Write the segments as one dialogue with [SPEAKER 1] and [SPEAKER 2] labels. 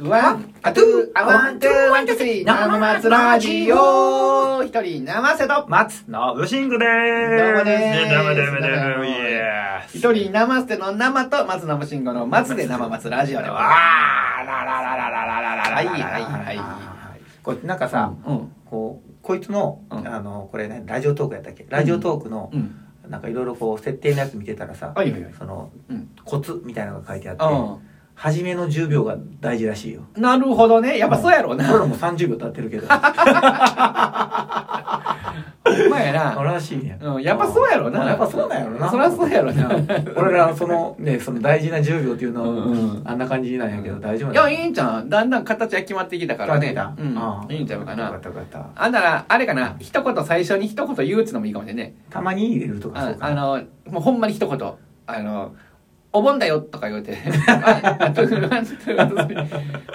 [SPEAKER 1] ワン、アトゥー、アワン、トゥー、ワン、トゥー、スリー、生松ラジオ一人生瀬戸
[SPEAKER 2] 松信シングでーす。
[SPEAKER 1] どうもでーす
[SPEAKER 2] どうもどうもどうも
[SPEAKER 1] どうも
[SPEAKER 2] イエース。
[SPEAKER 1] 一人生瀬の生と松生慎吾の松で生松ラジオで
[SPEAKER 2] わー
[SPEAKER 1] は
[SPEAKER 2] ららららららららら
[SPEAKER 1] いはいはいはい
[SPEAKER 2] こうなんかさ、
[SPEAKER 1] うん
[SPEAKER 2] こうこいつの、
[SPEAKER 1] うん
[SPEAKER 2] あのこれねラジオトークやったっけラジオトークの、
[SPEAKER 1] うん
[SPEAKER 2] なんかいろいろこう設定のやつ見てたらさ、
[SPEAKER 1] はいはいはい
[SPEAKER 2] その
[SPEAKER 1] うん
[SPEAKER 2] コツみたいなのが書いてあって、初めの10秒が大事らしいよ。
[SPEAKER 1] なるほどねやっぱそうやろう
[SPEAKER 2] 俺ら
[SPEAKER 1] な
[SPEAKER 2] もう30秒経ってるけど。
[SPEAKER 1] ほんまや
[SPEAKER 2] あ
[SPEAKER 1] な
[SPEAKER 2] らしいね。
[SPEAKER 1] うんやっぱそうやろな
[SPEAKER 2] やっぱそうなんやろな。
[SPEAKER 1] そらそうやろな
[SPEAKER 2] 俺らそのね、その大事な10秒っていうのは、
[SPEAKER 1] うんうん
[SPEAKER 2] あんな感じなんやけど大丈 夫
[SPEAKER 1] い
[SPEAKER 2] な
[SPEAKER 1] や
[SPEAKER 2] の
[SPEAKER 1] いいんちゃんだんだん形は決まってきたからね
[SPEAKER 2] だ
[SPEAKER 1] う
[SPEAKER 2] うん
[SPEAKER 1] んいいんちゃうか
[SPEAKER 2] よか
[SPEAKER 1] な
[SPEAKER 2] ったよかった。
[SPEAKER 1] あんならあれかな一言最初に一言言うっつのもいいかもしれないね
[SPEAKER 2] たまに入れるとかそ
[SPEAKER 1] あ
[SPEAKER 2] うか
[SPEAKER 1] あ
[SPEAKER 2] な。
[SPEAKER 1] のもうほんまに一言あのお盆だよとか言うてああと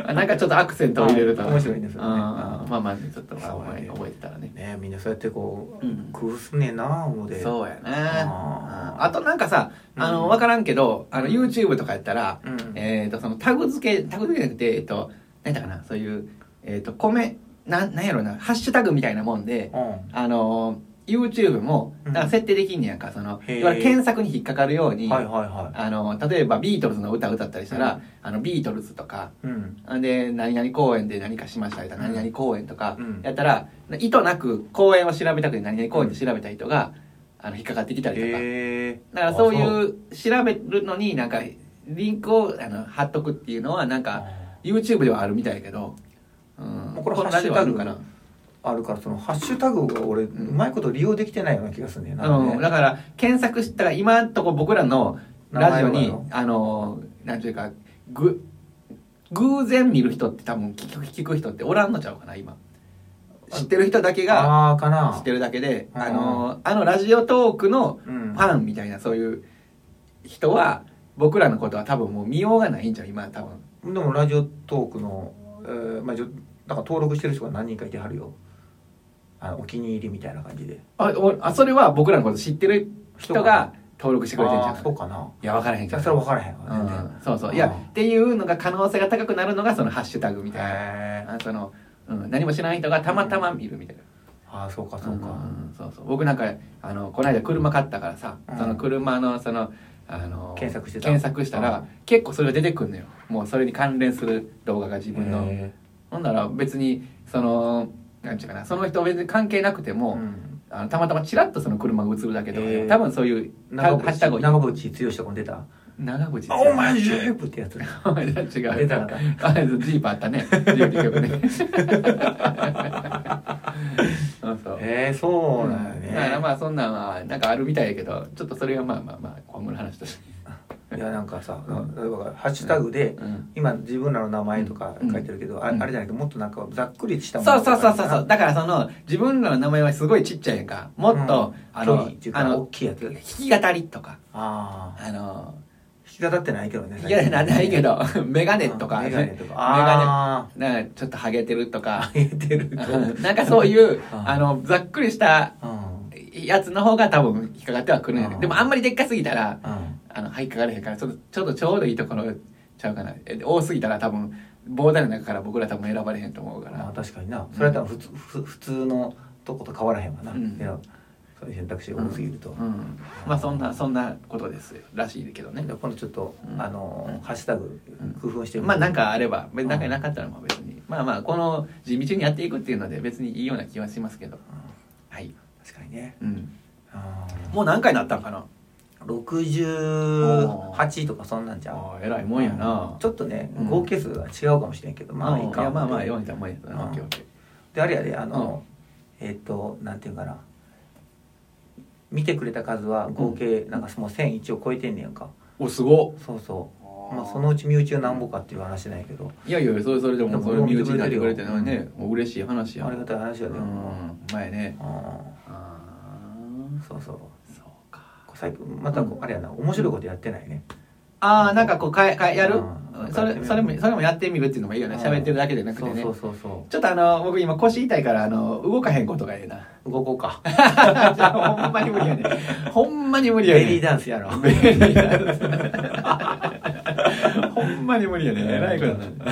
[SPEAKER 1] あなんかちょっとアクセントを入れると
[SPEAKER 2] あ面白いですよね
[SPEAKER 1] あー
[SPEAKER 2] うん
[SPEAKER 1] まあまあちょっとまあ
[SPEAKER 2] そうやね
[SPEAKER 1] 覚えてたらね
[SPEAKER 2] ねみんなそうやってこう、
[SPEAKER 1] うん
[SPEAKER 2] 工夫すんねんな思うで。
[SPEAKER 1] そうや
[SPEAKER 2] あ
[SPEAKER 1] な
[SPEAKER 2] ー
[SPEAKER 1] あとなんかさあ
[SPEAKER 2] う
[SPEAKER 1] の
[SPEAKER 2] ん
[SPEAKER 1] 分からんけどあの YouTube とかやったら、
[SPEAKER 2] うん。
[SPEAKER 1] えっ、とそのタグ付けタグ付けじゃなくてえっ、と何だかなそういうえっ、と米なんなんやろなハッシュタグみたいなもんで
[SPEAKER 2] うん
[SPEAKER 1] あの YouTube もなんか設定できんねやんかその、
[SPEAKER 2] へー
[SPEAKER 1] いわゆる検索に引っかかるように、
[SPEAKER 2] はいはいは
[SPEAKER 1] あの例えばビートルズの歌歌ったりしたら、
[SPEAKER 2] うん
[SPEAKER 1] あのビートルズとか
[SPEAKER 2] い。うん。
[SPEAKER 1] で何々公演で何かしましたみたいな、
[SPEAKER 2] うん
[SPEAKER 1] 何々公演とか
[SPEAKER 2] うん
[SPEAKER 1] やったら、意図なく公演を調べたくて何々公演で調べた人が、あの引っかかってきたりとか、
[SPEAKER 2] へえ。
[SPEAKER 1] だからそう
[SPEAKER 2] あそう
[SPEAKER 1] いう調べるのになんかリンクをあの貼っとくっていうのはなんか YouTube ではあるみたいやけど、うん
[SPEAKER 2] もうこれ
[SPEAKER 1] のラジオあ
[SPEAKER 2] ハッシ
[SPEAKER 1] る
[SPEAKER 2] ュ
[SPEAKER 1] か
[SPEAKER 2] タグ
[SPEAKER 1] な、
[SPEAKER 2] あるからそのハッシュタグが俺、うんうまいこと利用できてないような気がするねんな
[SPEAKER 1] うん、だから検索したら今んとこ僕らのラジオ
[SPEAKER 2] 名前
[SPEAKER 1] に
[SPEAKER 2] はよ
[SPEAKER 1] あのなんていうかぐ偶然見る人って多分聞く聞く人っておらんのちゃうかな今知ってる人だけが
[SPEAKER 2] ああーかな
[SPEAKER 1] 知ってるだけで
[SPEAKER 2] うん
[SPEAKER 1] あのあのラジオトークの
[SPEAKER 2] うん
[SPEAKER 1] ファンみたいなそういう人は僕らのことは多分もう見ようがないんじゃう今多分
[SPEAKER 2] でもラジオトークの、えーまあ、じょなんか登録してる人が何人かいてはるよあのお気に入りみたいな感じで
[SPEAKER 1] あおあそれは僕らのこと知ってる人が登録してくれてるんじゃ
[SPEAKER 2] あー
[SPEAKER 1] な
[SPEAKER 2] そう
[SPEAKER 1] い
[SPEAKER 2] かない
[SPEAKER 1] や分からへん
[SPEAKER 2] い
[SPEAKER 1] けど
[SPEAKER 2] やそれは分からへんわ全然
[SPEAKER 1] うんそうそういや
[SPEAKER 2] うん
[SPEAKER 1] っていうのが可能性が高くなるのがそのハッシュタグみたいな
[SPEAKER 2] へー
[SPEAKER 1] あその、うん、何も知らない人がたまたま見るみたいな、
[SPEAKER 2] ああそうかそうか、
[SPEAKER 1] んそうそう僕なんかあのこの間車買ったからさ、
[SPEAKER 2] うん
[SPEAKER 1] その車のそのあの
[SPEAKER 2] 検索してた
[SPEAKER 1] 検索したら、
[SPEAKER 2] う
[SPEAKER 1] 結構それが出てくるのよもうそれに関連する動画が自分の
[SPEAKER 2] へ
[SPEAKER 1] ほんなら別にそのなんちゅうかなその人別に関係なくて
[SPEAKER 2] ー
[SPEAKER 1] も、
[SPEAKER 2] うん
[SPEAKER 1] あのたまたまチラッとその車が映るだけとかでも、
[SPEAKER 2] へー
[SPEAKER 1] 多分そういうハ
[SPEAKER 2] 長
[SPEAKER 1] ッシュタグ
[SPEAKER 2] 渕長渕剛とかも出た
[SPEAKER 1] 長渕
[SPEAKER 2] 「
[SPEAKER 1] さん
[SPEAKER 2] お前ジェープ!」ってやつ
[SPEAKER 1] お前違う出
[SPEAKER 2] 出たな
[SPEAKER 1] あジーパーあったねジープ 曲ねそうそう
[SPEAKER 2] えー、そうなんやね、
[SPEAKER 1] だからまあそんなんはなんかあるみたいやけどちょっとそれがまあまあまあ今後の話として、
[SPEAKER 2] いやなんかさ、
[SPEAKER 1] うん
[SPEAKER 2] 例えばハッシュタグで、
[SPEAKER 1] うん、
[SPEAKER 2] 今自分らの名前とか書いてるけど、あ
[SPEAKER 1] うん
[SPEAKER 2] あれじゃなくてもっとなんかざっくりした
[SPEAKER 1] そう
[SPEAKER 2] もの
[SPEAKER 1] そう
[SPEAKER 2] とか
[SPEAKER 1] そうそう
[SPEAKER 2] かな
[SPEAKER 1] そうだからその自分らの名前はすごいちっちゃいやんかもっと、
[SPEAKER 2] うん
[SPEAKER 1] あ
[SPEAKER 2] 距
[SPEAKER 1] の
[SPEAKER 2] 離っていう
[SPEAKER 1] あ
[SPEAKER 2] か大
[SPEAKER 1] の
[SPEAKER 2] きいやつ
[SPEAKER 1] 弾き語りとか
[SPEAKER 2] ああ
[SPEAKER 1] あの
[SPEAKER 2] 引き立ってないけどね
[SPEAKER 1] 弾き語りなんないけどメガ
[SPEAKER 2] メ
[SPEAKER 1] ネとか
[SPEAKER 2] メガネとか
[SPEAKER 1] メ
[SPEAKER 2] あ
[SPEAKER 1] ガネなんかちょっとハゲてるとか
[SPEAKER 2] あ言ってると
[SPEAKER 1] なんかそういう
[SPEAKER 2] うん
[SPEAKER 1] あのざっくりした
[SPEAKER 2] うん
[SPEAKER 1] やつの方が多分引っかかってはくるんやけど
[SPEAKER 2] うん
[SPEAKER 1] でもあんまりでっかすぎたら
[SPEAKER 2] うん
[SPEAKER 1] あの引っかかれへんからちょっとちょっとちょうどいいところちゃうかなえ多すぎたら多分膨大の中から僕ら多分選ばれへんと思うか
[SPEAKER 2] ま
[SPEAKER 1] ら
[SPEAKER 2] あ確かになそれは普通ふ普通のとこと変わらへんわな、
[SPEAKER 1] うん
[SPEAKER 2] いやそういう選択肢が多すぎると、
[SPEAKER 1] うんまあそんなそんなことですらしいけどね
[SPEAKER 2] で今度ちょっと、
[SPEAKER 1] うん
[SPEAKER 2] あの
[SPEAKER 1] うん
[SPEAKER 2] ハッシュタグ工夫してみる
[SPEAKER 1] まあなんかあれば別になんかなかったらまあ別にまあまあこの地道にやっていくっていうので別にいいような気はしますけどはい
[SPEAKER 2] 確かにね
[SPEAKER 1] うん
[SPEAKER 2] うん
[SPEAKER 1] もう何回なったんかな
[SPEAKER 2] 68とかそんなんじゃん
[SPEAKER 1] ああ偉いもんやな
[SPEAKER 2] ちょっとね
[SPEAKER 1] うん
[SPEAKER 2] 合計数は違うかもしれんけど、まあいいか
[SPEAKER 1] やまあまあ読んだもんやな
[SPEAKER 2] うん
[SPEAKER 1] オッケーオッケー
[SPEAKER 2] であれやであの、えっ、となんていうんかな見てくれた数は合計なんかもう1001を超えてんねやんか、
[SPEAKER 1] おすごっ
[SPEAKER 2] そうそうまあそのうち身内は何ぼかっていう話なんやけど、
[SPEAKER 1] いやいやそれそれで
[SPEAKER 2] で
[SPEAKER 1] も
[SPEAKER 2] も
[SPEAKER 1] それ身内になってくれてるのはねもう嬉しい話や
[SPEAKER 2] ありがたい話や
[SPEAKER 1] う
[SPEAKER 2] で、うん
[SPEAKER 1] ん前ねあ
[SPEAKER 2] そうそう
[SPEAKER 1] ーそうか
[SPEAKER 2] 最近またこうあれやな面白いことやってないね、
[SPEAKER 1] あーなんかこうかえかえやる
[SPEAKER 2] うん
[SPEAKER 1] それそれもそれもやってみるっていうのもいいよね
[SPEAKER 2] うん
[SPEAKER 1] 喋ってるだけじゃなく
[SPEAKER 2] そ
[SPEAKER 1] て
[SPEAKER 2] う
[SPEAKER 1] ね
[SPEAKER 2] そうそうそ
[SPEAKER 1] ちょっとあの僕今腰痛いからあの動かへんことがええな
[SPEAKER 2] う動こうか
[SPEAKER 1] じゃあほんまに無理やねほんまに無理や
[SPEAKER 2] ベリー
[SPEAKER 1] ね
[SPEAKER 2] ダンスやろ
[SPEAKER 1] ベリーダンスほんまに無理やね
[SPEAKER 2] うん
[SPEAKER 1] えらいことになる、う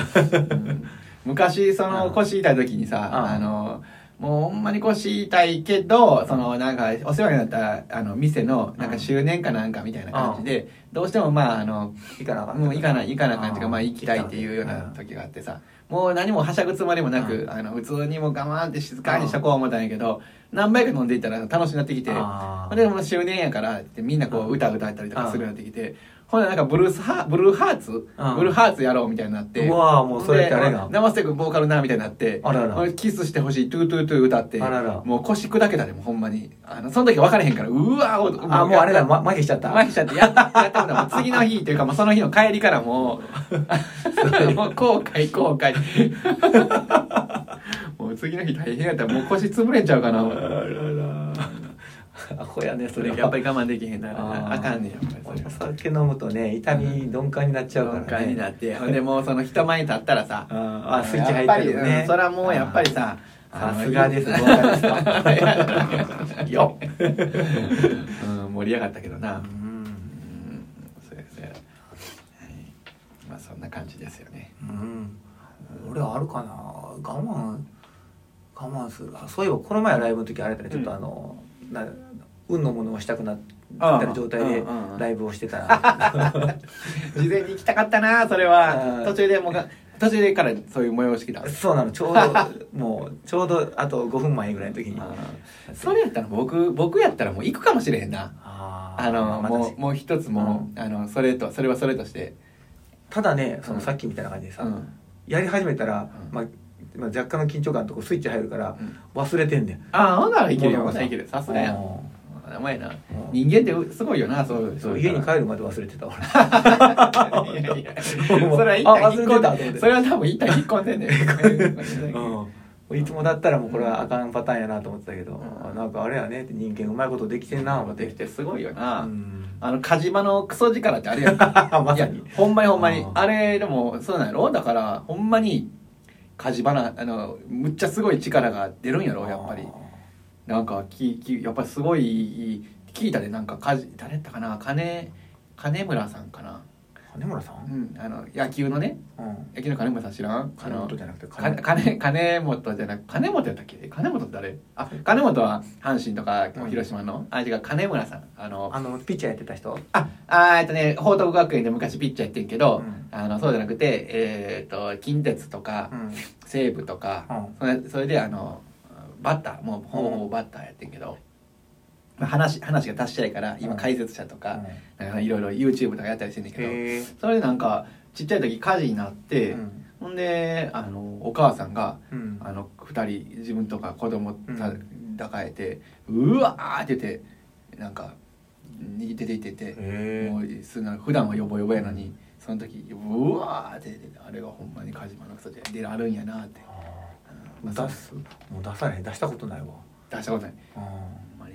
[SPEAKER 1] ん昔その
[SPEAKER 2] うん
[SPEAKER 1] 腰痛い時にさ、
[SPEAKER 2] うん
[SPEAKER 1] あのもうほんまに腰痛いけどそのなんかお世話になったあの店のなんか周年かなんかみたいな感じで、どうしてもまああの
[SPEAKER 2] 行かなあかった
[SPEAKER 1] もういかないいかない感じがまあ行きたいっていうような
[SPEAKER 2] うん
[SPEAKER 1] 時があってさもう何もはしゃぐつもりもなく、
[SPEAKER 2] う
[SPEAKER 1] あの普通にもう我慢って静かにしとこう思ったんやけど、何杯か飲んでいったら楽しくなってきて
[SPEAKER 2] あ
[SPEAKER 1] ほ
[SPEAKER 2] ー
[SPEAKER 1] んでもう終年やからってみんなこ
[SPEAKER 2] う
[SPEAKER 1] うん歌歌ったりとかするようになってきてほんならなんかブルースハブルーハーツ、
[SPEAKER 2] ん
[SPEAKER 1] ブルーハーツやろうみたいになって
[SPEAKER 2] うわーもうそれってあれ
[SPEAKER 1] ほ
[SPEAKER 2] が
[SPEAKER 1] んで生瀬君ボーカルなみたいになって
[SPEAKER 2] あらら
[SPEAKER 1] ほんでキスしてほしいトゥートゥートゥー歌って
[SPEAKER 2] あらら
[SPEAKER 1] もう腰砕けたでもうほんまにあのその時は分からへんからうわーお
[SPEAKER 2] あもうあれだま麻痺しちゃった
[SPEAKER 1] 麻痺しちゃってやったやったことはもう次の日というかもうその日の帰りから もうもう後悔後悔 もう次の日大変やったもう腰潰れんちゃうかな
[SPEAKER 2] あらら アホやねそ
[SPEAKER 1] そ
[SPEAKER 2] れ
[SPEAKER 1] れ
[SPEAKER 2] が
[SPEAKER 1] やっぱり我慢できへんな
[SPEAKER 2] あ
[SPEAKER 1] あ
[SPEAKER 2] ー
[SPEAKER 1] かんねんやっぱりそ
[SPEAKER 2] お
[SPEAKER 1] れ
[SPEAKER 2] 酒飲むとね痛み鈍感になっちゃうからね
[SPEAKER 1] 鈍感になってほんでもうその人前に立ったらさ
[SPEAKER 2] あースイッチ入ってるよ
[SPEAKER 1] やっぱり
[SPEAKER 2] ね
[SPEAKER 1] うんそれはもうやっぱりさ
[SPEAKER 2] あー
[SPEAKER 1] あの
[SPEAKER 2] さすがですボーカリストよっ
[SPEAKER 1] うん盛り上がったけどな
[SPEAKER 2] うん
[SPEAKER 1] うんそうやそうやはいまあそんな感じですよね
[SPEAKER 2] うん俺あるかな我慢我慢するあそういえばこの前ライブの時あれだねちょっとあの、な運のものをしたくなってる状態で
[SPEAKER 1] うんうんうん
[SPEAKER 2] ライブをしてたら
[SPEAKER 1] 事前に行きたかったなそれ
[SPEAKER 2] う
[SPEAKER 1] は
[SPEAKER 2] ん
[SPEAKER 1] 途中でもうが途中でからそういう催し来た
[SPEAKER 2] そうなのち ょうどもうちょうどあと5分前ぐらいの時にあ
[SPEAKER 1] うんそれやったら僕僕やったらもう行くかもしれへんな
[SPEAKER 2] あー
[SPEAKER 1] あの
[SPEAKER 2] まあ
[SPEAKER 1] もう
[SPEAKER 2] 確かに
[SPEAKER 1] もう一つもうあのそれとそれはそれとして
[SPEAKER 2] ただねそうの
[SPEAKER 1] ん
[SPEAKER 2] さっきみたいな感じでさ、
[SPEAKER 1] うん
[SPEAKER 2] やり始めたら、
[SPEAKER 1] うん
[SPEAKER 2] まあまあ、若干の緊張感のとこスイッチ入るから
[SPEAKER 1] うん
[SPEAKER 2] 忘れてんねん
[SPEAKER 1] ああほんならいけるよほ
[SPEAKER 2] もうん
[SPEAKER 1] ならいけるさすがや
[SPEAKER 2] うん
[SPEAKER 1] お前な人間ってすごいよなそう
[SPEAKER 2] そう家に
[SPEAKER 1] る
[SPEAKER 2] 帰るまで忘れてた俺
[SPEAKER 1] いや いやそれは一旦
[SPEAKER 2] あ
[SPEAKER 1] 引
[SPEAKER 2] 忘
[SPEAKER 1] っ
[SPEAKER 2] れ
[SPEAKER 1] 込
[SPEAKER 2] て
[SPEAKER 1] ん
[SPEAKER 2] た
[SPEAKER 1] でそれは多分一旦引っ込んでんね ん
[SPEAKER 2] うん、いつもだったらもうこれはあかんパターンやなと思ってたけど、
[SPEAKER 1] うん
[SPEAKER 2] あなんかあれやねって人間うまいことできてんな思って
[SPEAKER 1] できてすごいよ
[SPEAKER 2] う
[SPEAKER 1] なんあのカジマのクソ力ってあれやんか
[SPEAKER 2] ま
[SPEAKER 1] い
[SPEAKER 2] さ
[SPEAKER 1] や
[SPEAKER 2] に
[SPEAKER 1] ほんまにほんまに
[SPEAKER 2] あー
[SPEAKER 1] あれでもそうなんやろだからほんまに火事花あのむっちゃすごい力が出るんやろやっぱりなんかききやっぱりすごい聞いたでなんか火事誰やったかな金金村さんかな、
[SPEAKER 2] 金村さ、
[SPEAKER 1] うんん、あの野球のね
[SPEAKER 2] うん、
[SPEAKER 1] 野球の金村さん知らんあ
[SPEAKER 2] 金
[SPEAKER 1] の
[SPEAKER 2] 本じゃなくて
[SPEAKER 1] か金金本じゃなく金本やったっけ金本って誰あ金本は阪神とか
[SPEAKER 2] うん
[SPEAKER 1] 広島の、あ違う金村さんあの
[SPEAKER 2] あのピッチャーやってた人
[SPEAKER 1] あ、あーえっとね、報徳学園で昔ピッチャーやってんけど、
[SPEAKER 2] うん
[SPEAKER 1] あの、そうじゃなくて、えーっと、近鉄とか
[SPEAKER 2] う、ん
[SPEAKER 1] 西武とか、それそれで、あの、バッター、もう、ほぼほぼバッターやってんけど、まあ、話、話が達したいから、今
[SPEAKER 2] うん
[SPEAKER 1] 解説者と
[SPEAKER 2] う
[SPEAKER 1] か
[SPEAKER 2] ん、
[SPEAKER 1] なんかいろいろ YouTube とかやったりしてんねんけど、
[SPEAKER 2] へ
[SPEAKER 1] それでなんか、ちっちゃい時火事になって、
[SPEAKER 2] えうん
[SPEAKER 1] ほんで、あの、お母さんが、
[SPEAKER 2] うん
[SPEAKER 1] あの2人自分とか子供た
[SPEAKER 2] う
[SPEAKER 1] 抱えて「うわ!」って言ってなんかに出ていってて
[SPEAKER 2] へえ
[SPEAKER 1] もうすんな普段はヨボヨボやのにその時「うわ!」って出てあれがほんまにカジマのクソで出あるんやなって、う
[SPEAKER 2] 出
[SPEAKER 1] んまあ
[SPEAKER 2] すもう出されへん出したことないわ
[SPEAKER 1] 出したことない
[SPEAKER 2] うん
[SPEAKER 1] ほんまに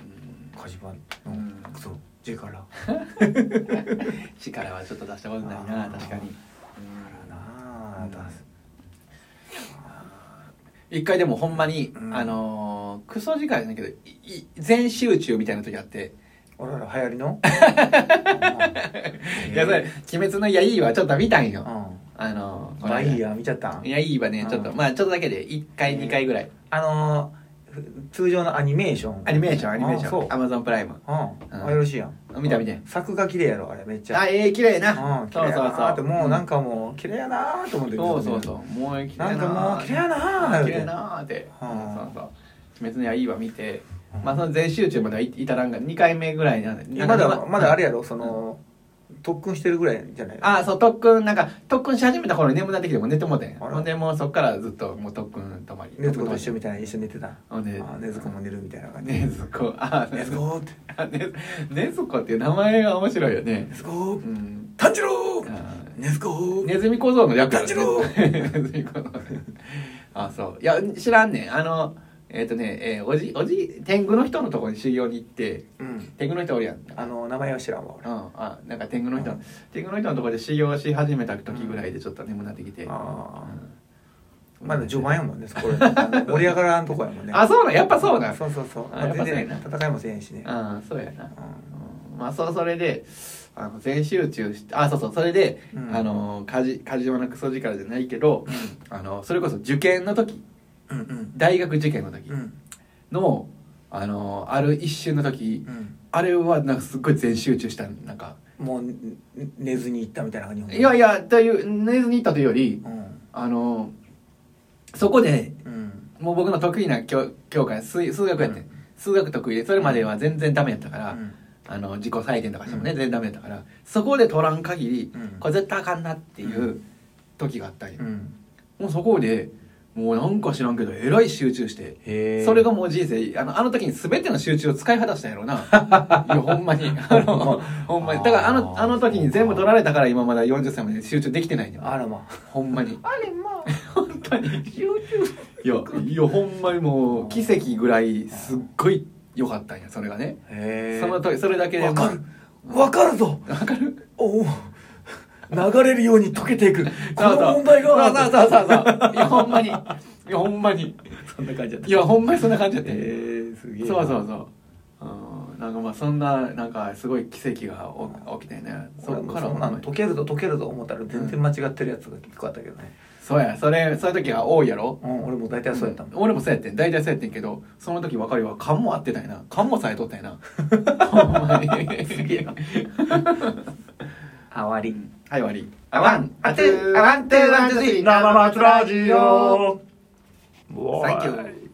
[SPEAKER 1] うん
[SPEAKER 2] 火事場うんクソ力
[SPEAKER 1] 力はちょっと出したことないな
[SPEAKER 2] あー
[SPEAKER 1] 確かに
[SPEAKER 2] だなあ出す
[SPEAKER 1] 一回でもほんまに、
[SPEAKER 2] うん
[SPEAKER 1] あのークソ時間じゃないけどいい全集中みたいな時あって
[SPEAKER 2] あらら流行りの
[SPEAKER 1] いやそれ「鬼滅の刃」はちょっと見たん
[SPEAKER 2] う
[SPEAKER 1] よ
[SPEAKER 2] ん
[SPEAKER 1] あのーこの
[SPEAKER 2] まあ
[SPEAKER 1] 間
[SPEAKER 2] いいや見ちゃったん
[SPEAKER 1] いや刃ねちょっと
[SPEAKER 2] うん
[SPEAKER 1] まあちょっとだけで1回
[SPEAKER 2] うん
[SPEAKER 1] 2回ぐらい
[SPEAKER 2] あのーふ通常のアニメーション
[SPEAKER 1] アニメーションアニメーシ
[SPEAKER 2] あ
[SPEAKER 1] ョンア
[SPEAKER 2] そう
[SPEAKER 1] マゾンプライム
[SPEAKER 2] うん
[SPEAKER 1] うん
[SPEAKER 2] あよろしいやん
[SPEAKER 1] 見た見て
[SPEAKER 2] 作画綺麗やろあれめっちゃ
[SPEAKER 1] あええ綺麗
[SPEAKER 2] う
[SPEAKER 1] なん
[SPEAKER 2] 綺
[SPEAKER 1] そ
[SPEAKER 2] 麗
[SPEAKER 1] う
[SPEAKER 2] や
[SPEAKER 1] そう
[SPEAKER 2] な
[SPEAKER 1] そ
[SPEAKER 2] って
[SPEAKER 1] う
[SPEAKER 2] もうなん
[SPEAKER 1] か
[SPEAKER 2] かもう綺麗やなーと思って
[SPEAKER 1] そうそうそううもう綺麗
[SPEAKER 2] なんかもう綺麗やなー
[SPEAKER 1] 綺麗やなーって
[SPEAKER 2] う
[SPEAKER 1] そうんそうそう鬼滅の刃見て
[SPEAKER 2] うん
[SPEAKER 1] まあその全集中まではい至らんが2回目ぐらいなんで
[SPEAKER 2] まだまだあれ
[SPEAKER 1] や
[SPEAKER 2] やろその特訓してるぐらいじゃない
[SPEAKER 1] あそう特訓なんか特訓し始めた頃に眠くなってきてもう寝てもうてん
[SPEAKER 2] あら
[SPEAKER 1] ほんでもうそっからずっともう特訓止まり
[SPEAKER 2] ねずこと一緒みたいな一緒に寝てた
[SPEAKER 1] ほんで
[SPEAKER 2] あねずこも寝るみたいな感じ
[SPEAKER 1] ねずこあ
[SPEAKER 2] ね
[SPEAKER 1] ね
[SPEAKER 2] ず
[SPEAKER 1] ずこ
[SPEAKER 2] こーって
[SPEAKER 1] ねねずこっていう名前が面白いよね
[SPEAKER 2] ねずこ
[SPEAKER 1] う
[SPEAKER 2] ー
[SPEAKER 1] ん
[SPEAKER 2] 炭治郎ー
[SPEAKER 1] あ
[SPEAKER 2] ねずこー
[SPEAKER 1] ネズミ小僧の略だね
[SPEAKER 2] 炭治郎
[SPEAKER 1] ネズミ小僧 あそういや知らんねんあのえっ、とね、えーおじおじ天狗の人のところに修行に行って
[SPEAKER 2] うん
[SPEAKER 1] 天狗の人おるやん
[SPEAKER 2] あの名前は知らんわ
[SPEAKER 1] う
[SPEAKER 2] 俺
[SPEAKER 1] ん、あなんか天狗の人、天狗の人のところで修行し始めた時ぐらいでちょっと眠くなってきて、
[SPEAKER 2] ああ
[SPEAKER 1] うん
[SPEAKER 2] まだ序盤やもんね、そこら辺あの盛り上がらんとこやもんね。
[SPEAKER 1] あそうなんやっぱそうなん
[SPEAKER 2] そうそうそう。
[SPEAKER 1] あやっぱそ
[SPEAKER 2] 全
[SPEAKER 1] うやな
[SPEAKER 2] 然戦いもせえへんしね。
[SPEAKER 1] あそうやな、
[SPEAKER 2] うん
[SPEAKER 1] うんまあそそれであの全集中してあそうそうそれで、
[SPEAKER 2] うん
[SPEAKER 1] あのかじ梶島のクソ力じゃないけどあのそれこそ受験の時
[SPEAKER 2] うんうん
[SPEAKER 1] 大学受験の時
[SPEAKER 2] うん
[SPEAKER 1] の、あのある一瞬の時
[SPEAKER 2] うん
[SPEAKER 1] あれはなんかすっごい全集中したなんか
[SPEAKER 2] もうね寝ずに行ったみたいな感じ
[SPEAKER 1] いやいやという寝ずに行ったというより
[SPEAKER 2] うん
[SPEAKER 1] あのそこで
[SPEAKER 2] うん
[SPEAKER 1] もう僕の得意な教教科数数学やってん、
[SPEAKER 2] うん
[SPEAKER 1] 数学得意でそれまでは全然ダメやったから、
[SPEAKER 2] うん
[SPEAKER 1] あの自己採点とかしてもね、
[SPEAKER 2] うん
[SPEAKER 1] 全然ダメやったからそこで取らん限り
[SPEAKER 2] うん
[SPEAKER 1] これ絶対あかんなっていうう時があったんよ、
[SPEAKER 2] うん
[SPEAKER 1] もうそこでもうなんか知らんけどえらい集中して、
[SPEAKER 2] へえ
[SPEAKER 1] それがもう人生あのあの時に全ての集中を使い果たしたんやろうないやほんま にあのほんまにだからあの
[SPEAKER 2] あー
[SPEAKER 1] あの時に全部取られたから今まだ40歳まで集中できてないのよ
[SPEAKER 2] あらま
[SPEAKER 1] ほんまに
[SPEAKER 2] あれま
[SPEAKER 1] 本当に
[SPEAKER 2] 集中
[SPEAKER 1] いやいやほんまにもう奇跡ぐらいすっごい良かったんやそれがね、
[SPEAKER 2] へえ
[SPEAKER 1] その時それだけで
[SPEAKER 2] わかる
[SPEAKER 1] まあ
[SPEAKER 2] わかるぞ
[SPEAKER 1] わかる
[SPEAKER 2] おお流れるように溶けていくこ
[SPEAKER 1] そうそう
[SPEAKER 2] の問題が
[SPEAKER 1] そうそうそうそういやほんまにいやほんまに
[SPEAKER 2] そんな感じだった
[SPEAKER 1] いやほんまにそんな感じやって、
[SPEAKER 2] えすげえ
[SPEAKER 1] そうそうそううんなんかまあそんななんかすごい奇跡がお起きてねそ
[SPEAKER 2] そ
[SPEAKER 1] っ
[SPEAKER 2] っ
[SPEAKER 1] か
[SPEAKER 2] からら
[SPEAKER 1] ほん
[SPEAKER 2] な
[SPEAKER 1] ま
[SPEAKER 2] の
[SPEAKER 1] に
[SPEAKER 2] 溶けるぞ溶けるぞ思ったら全然間違ってるやつが結構あったけどね、
[SPEAKER 1] そうやそれそういう時が多いやろ
[SPEAKER 2] うん、俺も大体そうやったもん、
[SPEAKER 1] 俺もそうやってん大体そうやってんけどその時分かるわ勘も合ってたいな勘もさえとったいなほんまに
[SPEAKER 2] すげえなあわり
[SPEAKER 1] はい終わり
[SPEAKER 2] あわんあてあわんてあわんて生松ラジオ
[SPEAKER 1] サンキュー